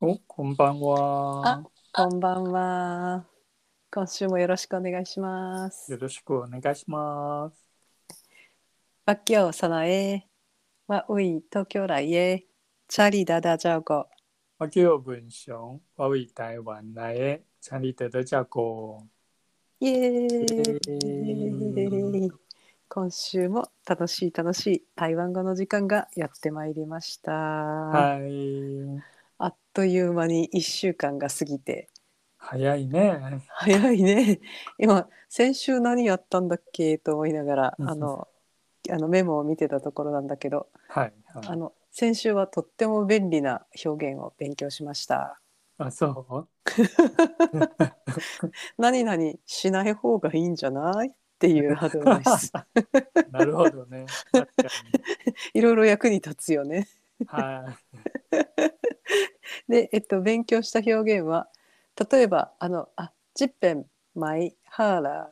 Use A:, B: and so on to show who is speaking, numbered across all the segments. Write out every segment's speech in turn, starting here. A: お、こんばんは。
B: こんばんは。今週もよろしくお願いしま
A: よ
B: す。
A: ろしくお願いします。
B: バッキョウサナエ、ワウイ東京来へ、チャリダダジャオゴ、
A: 我叫文雄，我为台湾来的，参与得的结果。
B: イエ
A: イ
B: ーイ。今週も楽しい楽しい台湾語の時間がやってまいりました。
A: はい。
B: あっという間に一週間が過ぎて、
A: 早いね。
B: 早いね。今先週何やったんだっけと思いながら、あの。あのメモを見てたところなんだけど、
A: はい。
B: あ
A: はい、
B: の先週はとっても便利な表現を勉強しました。
A: あ、そ
B: 何々しない方がいいんじゃないっていうアドバイス。
A: う。なるほどね。確か
B: いろいろ役に立つよね。
A: に。はい。
B: で、えっと勉強した表現は例えばあのあジッペンマイハーラーっ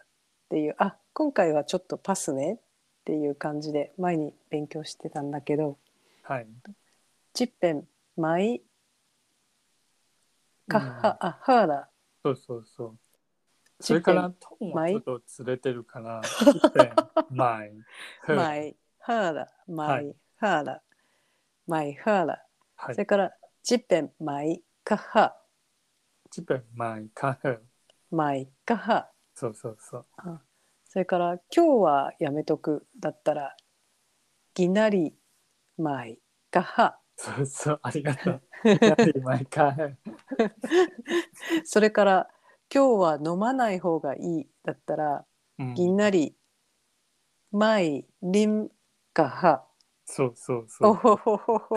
B: ていうあ今回はちょっとパスねっていう感じで前に勉強してたんだけど
A: はい。
B: ジッペンマイカッハ、あハーラー
A: うん、そうそうそう。それから、トーンはちょっとずれてるから。マイ。
B: マ。イハーラ、マイハーラ、マイハーラ。
A: は
B: それ
A: い。
B: から、ジッペン、マイカハ、
A: 基本マイカフ。
B: マイカハ。
A: そうそうそう。
B: それから、今日はやめとくだったら、ギナリ、マイカハ。
A: そうそう、ありが とう。やはり毎回。
B: それから、今日は飲まない方がいいだったら、
A: うん
B: ギナリ、マイリンカハ。
A: そうそうそ
B: お
A: う。
B: ほほほほ。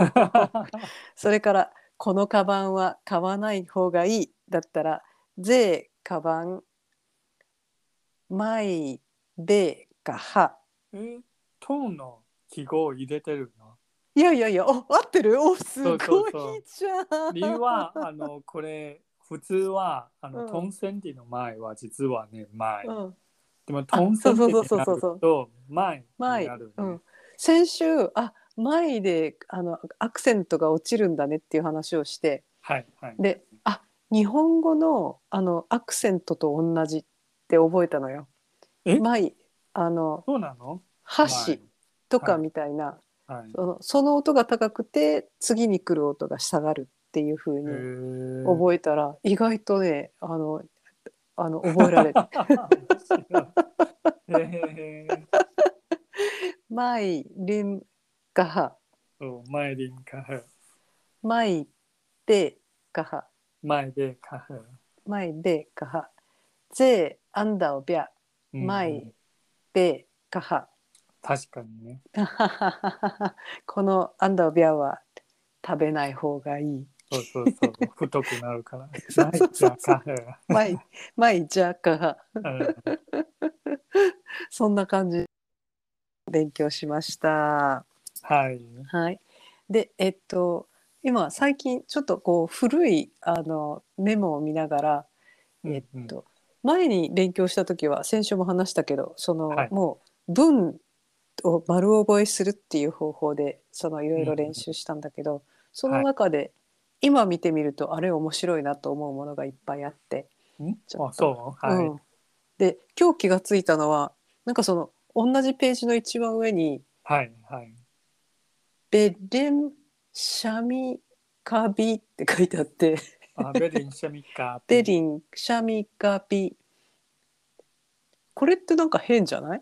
B: それから、このカバンは買わない方がいいだったら、ぜカバン、まい、べ、か、は。
A: え、当の記号を入れてるの。
B: いやいやいや、お、合ってるお、すごい
A: そうそうそう
B: じゃん。
A: 理由 は、あの、これ、普通は、あ
B: う
A: の、
B: ん
A: トンセンティの前は、実はね、前
B: う。ん、
A: でも、トンセンティに
B: そうそう
A: な
B: そうそう
A: ると、前
B: まい、
A: になる
B: う
A: ね
B: ん。。先週、あ、まいで、あの、アクセントが落ちるんだねっていう話をして、
A: はいはい。
B: で、あ、日本語の、あの、アクセントと同じって覚えたのよ
A: え。
B: まい、あの、
A: そうなの
B: 箸。とか
A: はい
B: みたいな、
A: 前はい。
B: そのその音が高くて次に来る音が下がるっていう風
A: へ
B: に
A: ー
B: 覚えたら、意外とねあのあの覚えら れる
A: へー
B: マイリンガハ
A: そう前輪カフェ。
B: マイデガハ
A: 前でカフェ。
B: マイデガハゼアンダオビャ
A: うん
B: マイ。ベガハ
A: 確かにね。
B: このアンダオビャは食べない方がいい
A: そうそうそう。太くなるから。
B: そうそうそうそう
A: ないじゃ
B: マイマイジャガハ
A: カフェうん
B: そんな感じで勉強しました。
A: はい。
B: はい、でえっと今最近ちょっとこう古いあのメモを見ながら、えっと前に勉強した時は先週も話したけどその、
A: はい
B: もう文を丸覚えするっていう方法でそのいろいろ練習したんだけど、その中で、今見てみるとあれ面白いなと思うものがいっぱいあって、
A: うんうん
B: ちょっと
A: あ、そう。はい。
B: うん、で今日気がついたのはなんかその同じページの一番上に「
A: はい。はい。
B: ベレンシャミカビって書いてあって、
A: あ、ベリンシャミカ。
B: ベリンシャミカビ。これってなんか変じゃない？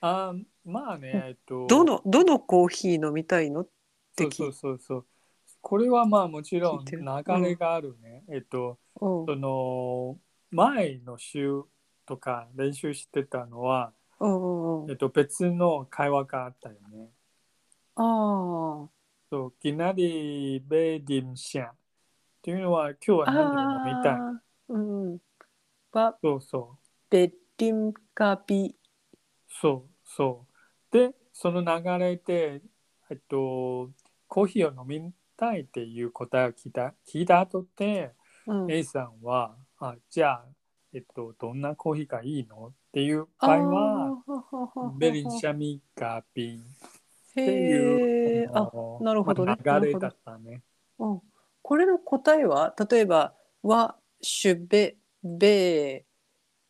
A: あ、まあね、えっと。
B: どのどのコーヒー飲みたいの？
A: そうそうそうそう。これはまあもちろ
B: 聞
A: ん
B: いて
A: 流
B: る
A: れがあるね。えっと、
B: うん
A: その前の週とか練習してたのは、
B: うんうん
A: えっと、別の会話があったよね。
B: あ
A: そう、きなりベリンシャン。っていうのは今日は
B: あ
A: 何を飲みたい。
B: あーうんは
A: そうそう。
B: ベリンカビ
A: そうそう。で、その流れで、えっと、コーヒーを飲みたいっていう答えを聞いた聞いた後で、
B: うん
A: A さんは、あ、じゃあ、えっと、どんなコーヒーがいいのっていう場合は、
B: は
A: ベリンシ
B: ャ
A: ャミガビンってていう、
B: あ
A: の
B: なるほどね
A: まあ流れだったね。
B: うんこれの答えは例えば「はシュベベ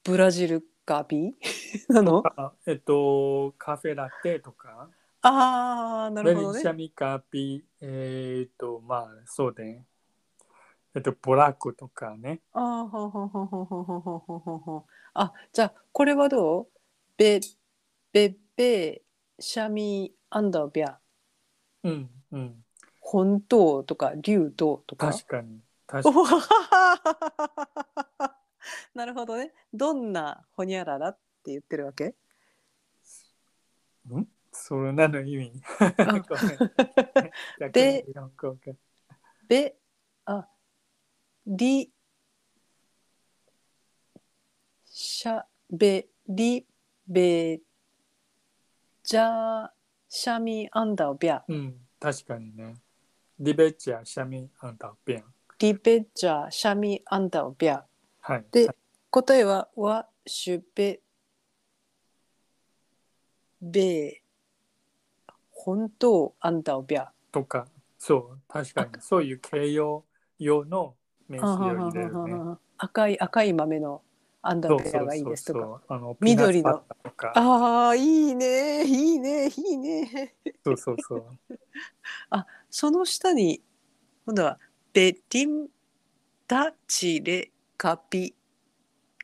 B: ブラジルガビ」 なの
A: あえっと、カフェラテとか、
B: あーなるほど
A: ベリ
B: ね
A: シャ。ミカピ、えーっと、まあ、そうで、ね、えっと、ボラックとかね。
B: あーはははははははははあじゃあこれはどうベベベシャミアンダービャ
A: うん、うん。
B: 本当とか竜道とか。
A: 確かに。確か
B: お
A: に。
B: ははは なるほどね。どんなほにゃららって言ってるわけ
A: それなの意味。
B: あ
A: ごめん 逆
B: で
A: に日本語が
B: べ、あ、り、しゃ、べ、り、べ、じゃ、しゃみ、あんだおびゃ、
A: うん、確かにね。リベチア、シャミ、アンダー、ペン。
B: りべじゃ、しゃみ、あんだおびゃ。
A: はい。
B: で、答えは、わ、しゅべ、べ、本当、あんだおびゃ。
A: とか、そう、確かに、そういう形容用の名詞を入れるね。
B: 赤い、赤い豆の、あんだ
A: そ
B: お
A: う
B: び
A: そ
B: ゃ
A: う
B: がいい
A: そう
B: ですとか。
A: そう。あの
B: 緑の
A: ピーナッツバターとか。
B: ああいいねいいねいいね
A: そうそうそう。
B: その下に今度は「ベティンダチレカピ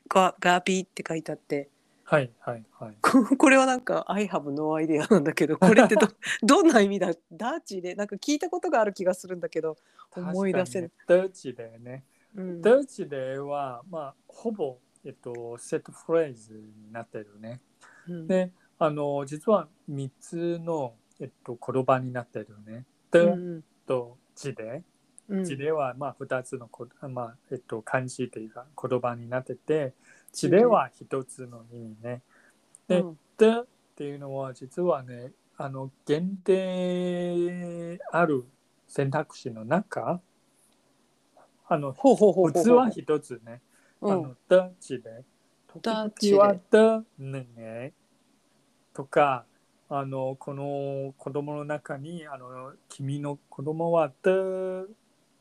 B: ガガビ」って書いてあって
A: はいはいはい。
B: ここれはなんか「I have no idea」なんだけどこれってどどんな意味だダチレなんか聞いたことがある気がするんだけど、思い出せる
A: 確かにね。ドイツでね。
B: うん
A: ドイツでは、まあ、ほぼ、えっと、セットフレーズになってるね。
B: うん
A: で、あの、実は3つの、えっと、言葉になってるね。
B: う
A: ドイ
B: ん
A: とチで。
B: うん
A: チでは、まあ、2つのこ、まあ、えっと、漢字というか言葉になってて、チでは1つの意味ね。で
B: うん
A: でっていうのは実はねあの限定ある選択肢の中あの
B: ほうほうほうほう
A: 器は一つね
B: う
A: あ
B: ん
A: の「だ」ちで
B: だ
A: 時々は「だ」ねねとかあのこの子供の中にあの「君の子供は「だ」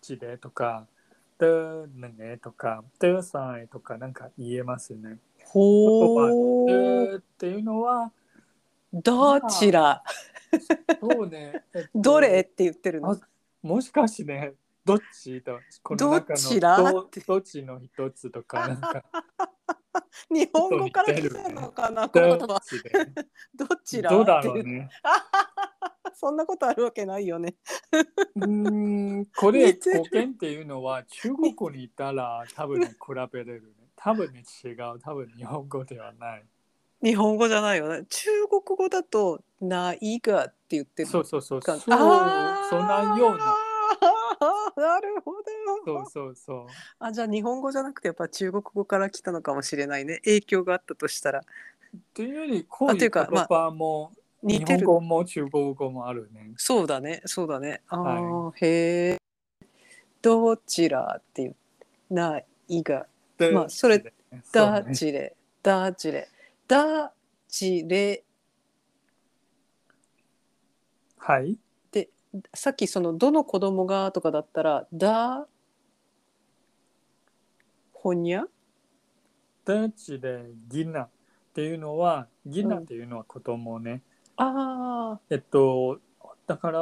A: ちでとか「だ」ねねとか「だ」さえとかなんか言えますね。
B: ほう
A: でっていうのは
B: どちら
A: そう ね。えっと
B: どれって言ってるの
A: あもしかしてね、どっちと、この中の
B: どちら
A: ど
B: って
A: どっちの一つとか、なんか、
B: 日本語から来たのかな この言
A: どっ
B: 葉
A: ちで。
B: どちら
A: どうだ
B: って
A: ろうね。
B: そんなことあるわけないよね。
A: う ーん、これ、
B: 似てる
A: 語源っていうのは、中国にいたら、多分ね、比べれるね。多分ね、違う。多分日本語ではない。
B: 日本語じゃないよね。中国語だと「ないが」って言ってる
A: そうそうそう。そう、そん
B: あー
A: なような。
B: なるほ
A: そう
B: ど
A: そうそう。
B: あじゃあ日本語じゃなくてやっぱ中国語から来たのかもしれないね影響があったとしたら
A: というより、こういう
B: と
A: 言
B: いうかまあ
A: 葉も、
B: 似
A: 日
B: て
A: 本
B: る
A: 語も中国語もあるね。
B: そうだねそうだねあー、
A: は
B: へえどちらっていう「ないが」
A: で
B: まあそれ、
A: そう
B: ダ
A: ね
B: チレ、ダチレ、ダチレ
A: はい。
B: って、さっきそのどの子供がとかだったら、ダ、ほにゃ、
A: ダチでギナっていうのはギナっていうのは子供ね、
B: あ
A: えっとだから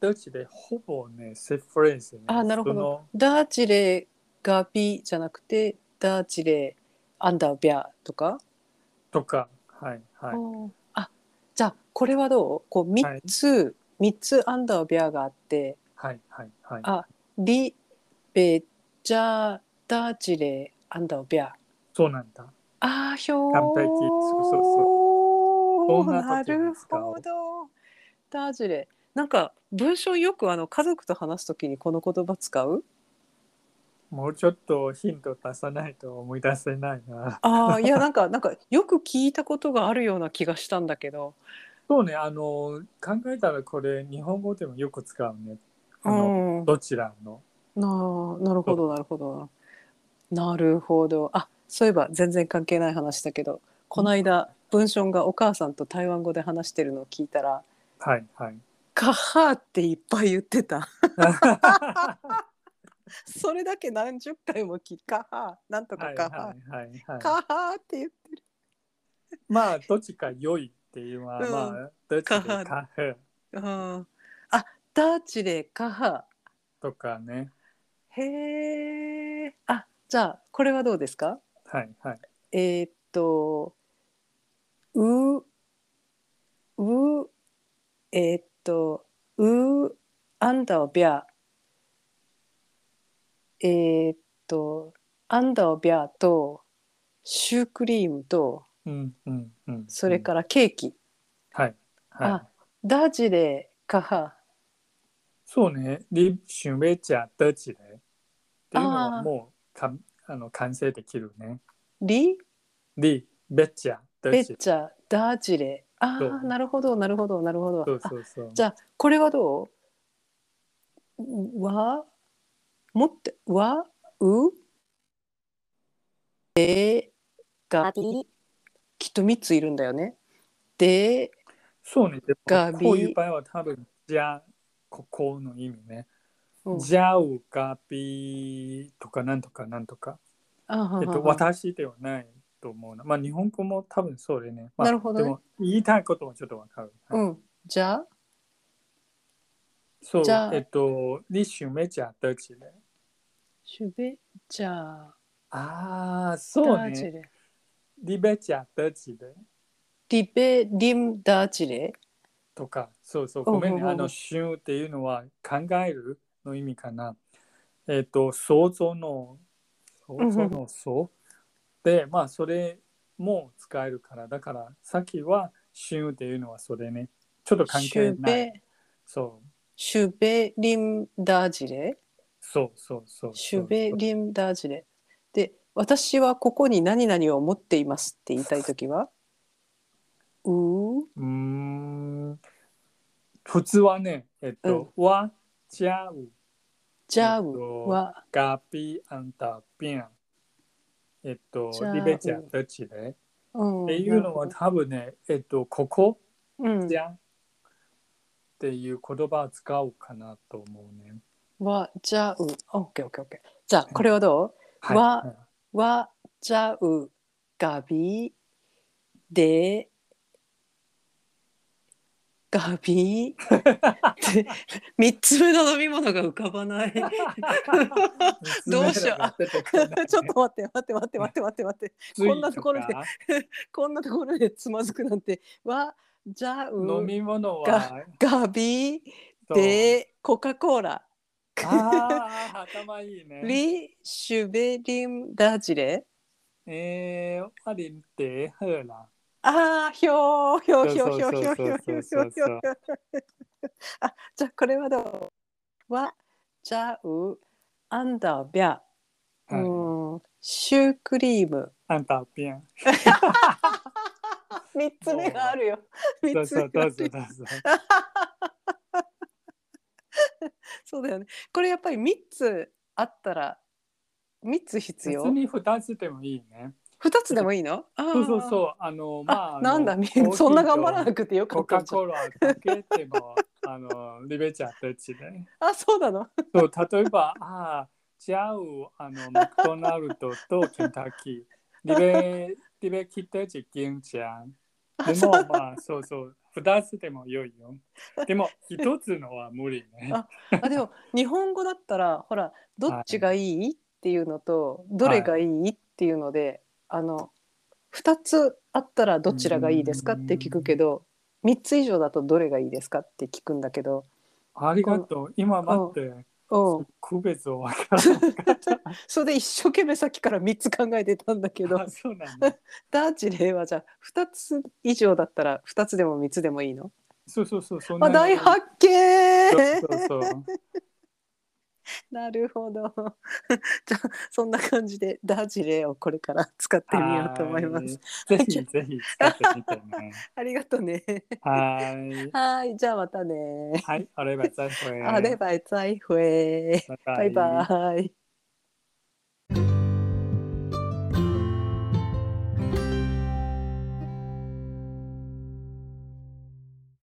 A: ダチでほぼねセフレーズね
B: あなるほど
A: その
B: ー、ダチレガビじゃなくて、ダチレアンダービャとか。
A: とかはいはい、
B: おーあ、じゃあこれはどうこう
A: はい
B: 3つ、三つアンダービャがあって、
A: はいはいはい
B: あ、リ、ベ、ジャ、ダチレアンダービャ。
A: そうなんだ
B: ああ、ひょ
A: 完璧そうそう
B: そ
A: そんな
B: な
A: 時に
B: る
A: 使おう
B: ほど。ダージレ。なんか文章よくあの家族と話すときにこの言葉使う。
A: もうちょっとヒント出さないと思い出せないな
B: ああ、いや、なん か、なんかよく聞いたことがあるような気がしたんだけど。
A: そうねあの考えたらこれ日本語でもよく使うねあ
B: う
A: の、
B: ん。な
A: どちらの
B: あ、なるほど、なるほど。なるほど。あ、そういえば全然関係ない話だけど、この間文章がお母さんと台湾語で話してるのを聞いたら、
A: はいはい
B: カッハーっていっぱい言ってた。 それだけ何十回も聞かはなん と
A: は
B: か
A: い
B: かは、
A: はいはいはい。
B: かはって言って
A: まあどっちか良いっていうのは、
B: うん
A: まあどっちでカフ
B: る。うん、あダーチでかは
A: とかね。
B: へえ。あじゃあこれはどうですか
A: はいはい。
B: えーっとううえーっとうあんだをびゃえーっとあんだをびゃとシュークリームと
A: うんうんうん。
B: それからケーキ、
A: ら。はいはい
B: あ。ダジレかは
A: そうね。リシュベチャどっちでっていうの
B: あー
A: はもうかあの完成できるね。
B: リ
A: リベチャどっ
B: ベ
A: ち
B: ッチャダジレあ
A: そう
B: あなるほどなるほどなるほど
A: そうそうそう。
B: じゃあこれはどうわもってわうでがきっと3ついるんだよね。で
A: そうね。で
B: ガ
A: も
B: ビ
A: こういう場合は多分じゃあここの意味ね。
B: うん
A: じゃうガビとかなんとかなんとか。
B: あははは
A: えっと、私ではないと思うな。まあ、日本語も多分そうでね。まあ、
B: なるほどね
A: でも、言いたいことはちょっとわかる。は
B: う
A: い
B: んじゃあ
A: そう
B: じゃあ、
A: えっと、你喜欢吃德チね。
B: シュベじゃあ
A: ああ、そう
B: ダ
A: ね
B: チ。レ
A: リベチャ德チね。
B: リベリムダチレ
A: とか、そうそう、
B: うん
A: ごめんね。
B: うんうん
A: あの、旬っていうのは考えるの意味かな。えっと、想像の、想像の想。で、まあ、それも使えるから、だから、さっきは旬っていうのはそれね。ちょっと関
B: シ
A: 係
B: ュ
A: ない。
B: ベ
A: そう。
B: シュベリムダチレ
A: そうそうそうそう。
B: シュベリンダージレ。で、私はここに何々を持っていますって言いたいときは、うー
A: うーん。普通はね、えっと、わ、ちゃう、
B: じゃ
A: えっと
B: うは、
A: がび、あんた、びん。えっと
B: じゃ、う
A: リベちゃん、どっちで。
B: うん
A: っていうのは、多分ね、えっと、ここ、
B: うん
A: じ、ゃっていう言葉を使うかなと思うね。
B: は、じゃう。オッケーオッケーオッケー。じゃあ、これはど
A: はい。
B: わうは、じゃう、がび、で、ガビで3つ目の飲み物が浮かばない。 どうしよう
A: う。
B: ちょっと待って待って待って待って待って待って。こんなところで
A: ついか
B: こんなところでつまずくなんてはじゃ
A: 飲
B: う
A: み物
B: が
A: は。
B: ガビ
A: そう
B: でコカ・コーラ
A: ああ、頭いいね。
B: リシュベリンダジレ
A: えー、我林得喝啦。
B: あーひょーひょーひょー
A: そう
B: ひょ
A: そう
B: ーひょーひょーひょー
A: そう
B: ひょーひょー
A: そう
B: あじゃあこれはどうはじゃうアンダービャう
A: はい、
B: ーんシュークリーム
A: 按倒边。
B: 三つ目があるよ
A: そ
B: 三
A: う
B: つ
A: そう
B: 目が
A: ど
B: あ
A: う
B: る
A: ぞ
B: よ
A: どうぞ。
B: そうだよねこれやっぱり三つあったら三つ 必要
A: 別に二つでもいいね。
B: 二つでもいいの？あー
A: そうそう そう。あのまああ
B: あ
A: の
B: なんだみ
A: コーヒーと
B: そんな頑張らなくてよか
A: コ
B: った
A: カ
B: んじゃん
A: コーラかけてもあのリベちゃんたち ね。
B: あそうなの？
A: そう例えばあーじゃああのマクドナルドとケンタッキーリベリベキたち銀ちゃん。でもまあそうそう二つでも良いよ。でも一つのは無理ね。
B: あでも日本語だったらほらどっちがいいっていうのとどれがいいっていうので、あの二つあったらどちらがいいですかって聞くけど三つ以上だとどれがいいですかって聞くんだけど、
A: ありがとう。今待って、
B: うん、
A: 区別を分からな
B: それで一生懸命さっきから三つ考えてたんだけ
A: い
B: ど
A: あ、そうなんだ。
B: ダーチレイはじゃあ二つ以上だったら二つでも三つでもいいの？
A: そうそうそう。そんな
B: あ大発見
A: そうそうそう。
B: なるほど。 じゃあそんな感じでダージレイをこれから使ってみようと思います。
A: はい。ぜひぜひ使ってみて ね。
B: ありがとうね。
A: はい。
B: はい、じゃあまたね。
A: はい、あれば再会。
B: あれば再会。
A: バ
B: バイバイ。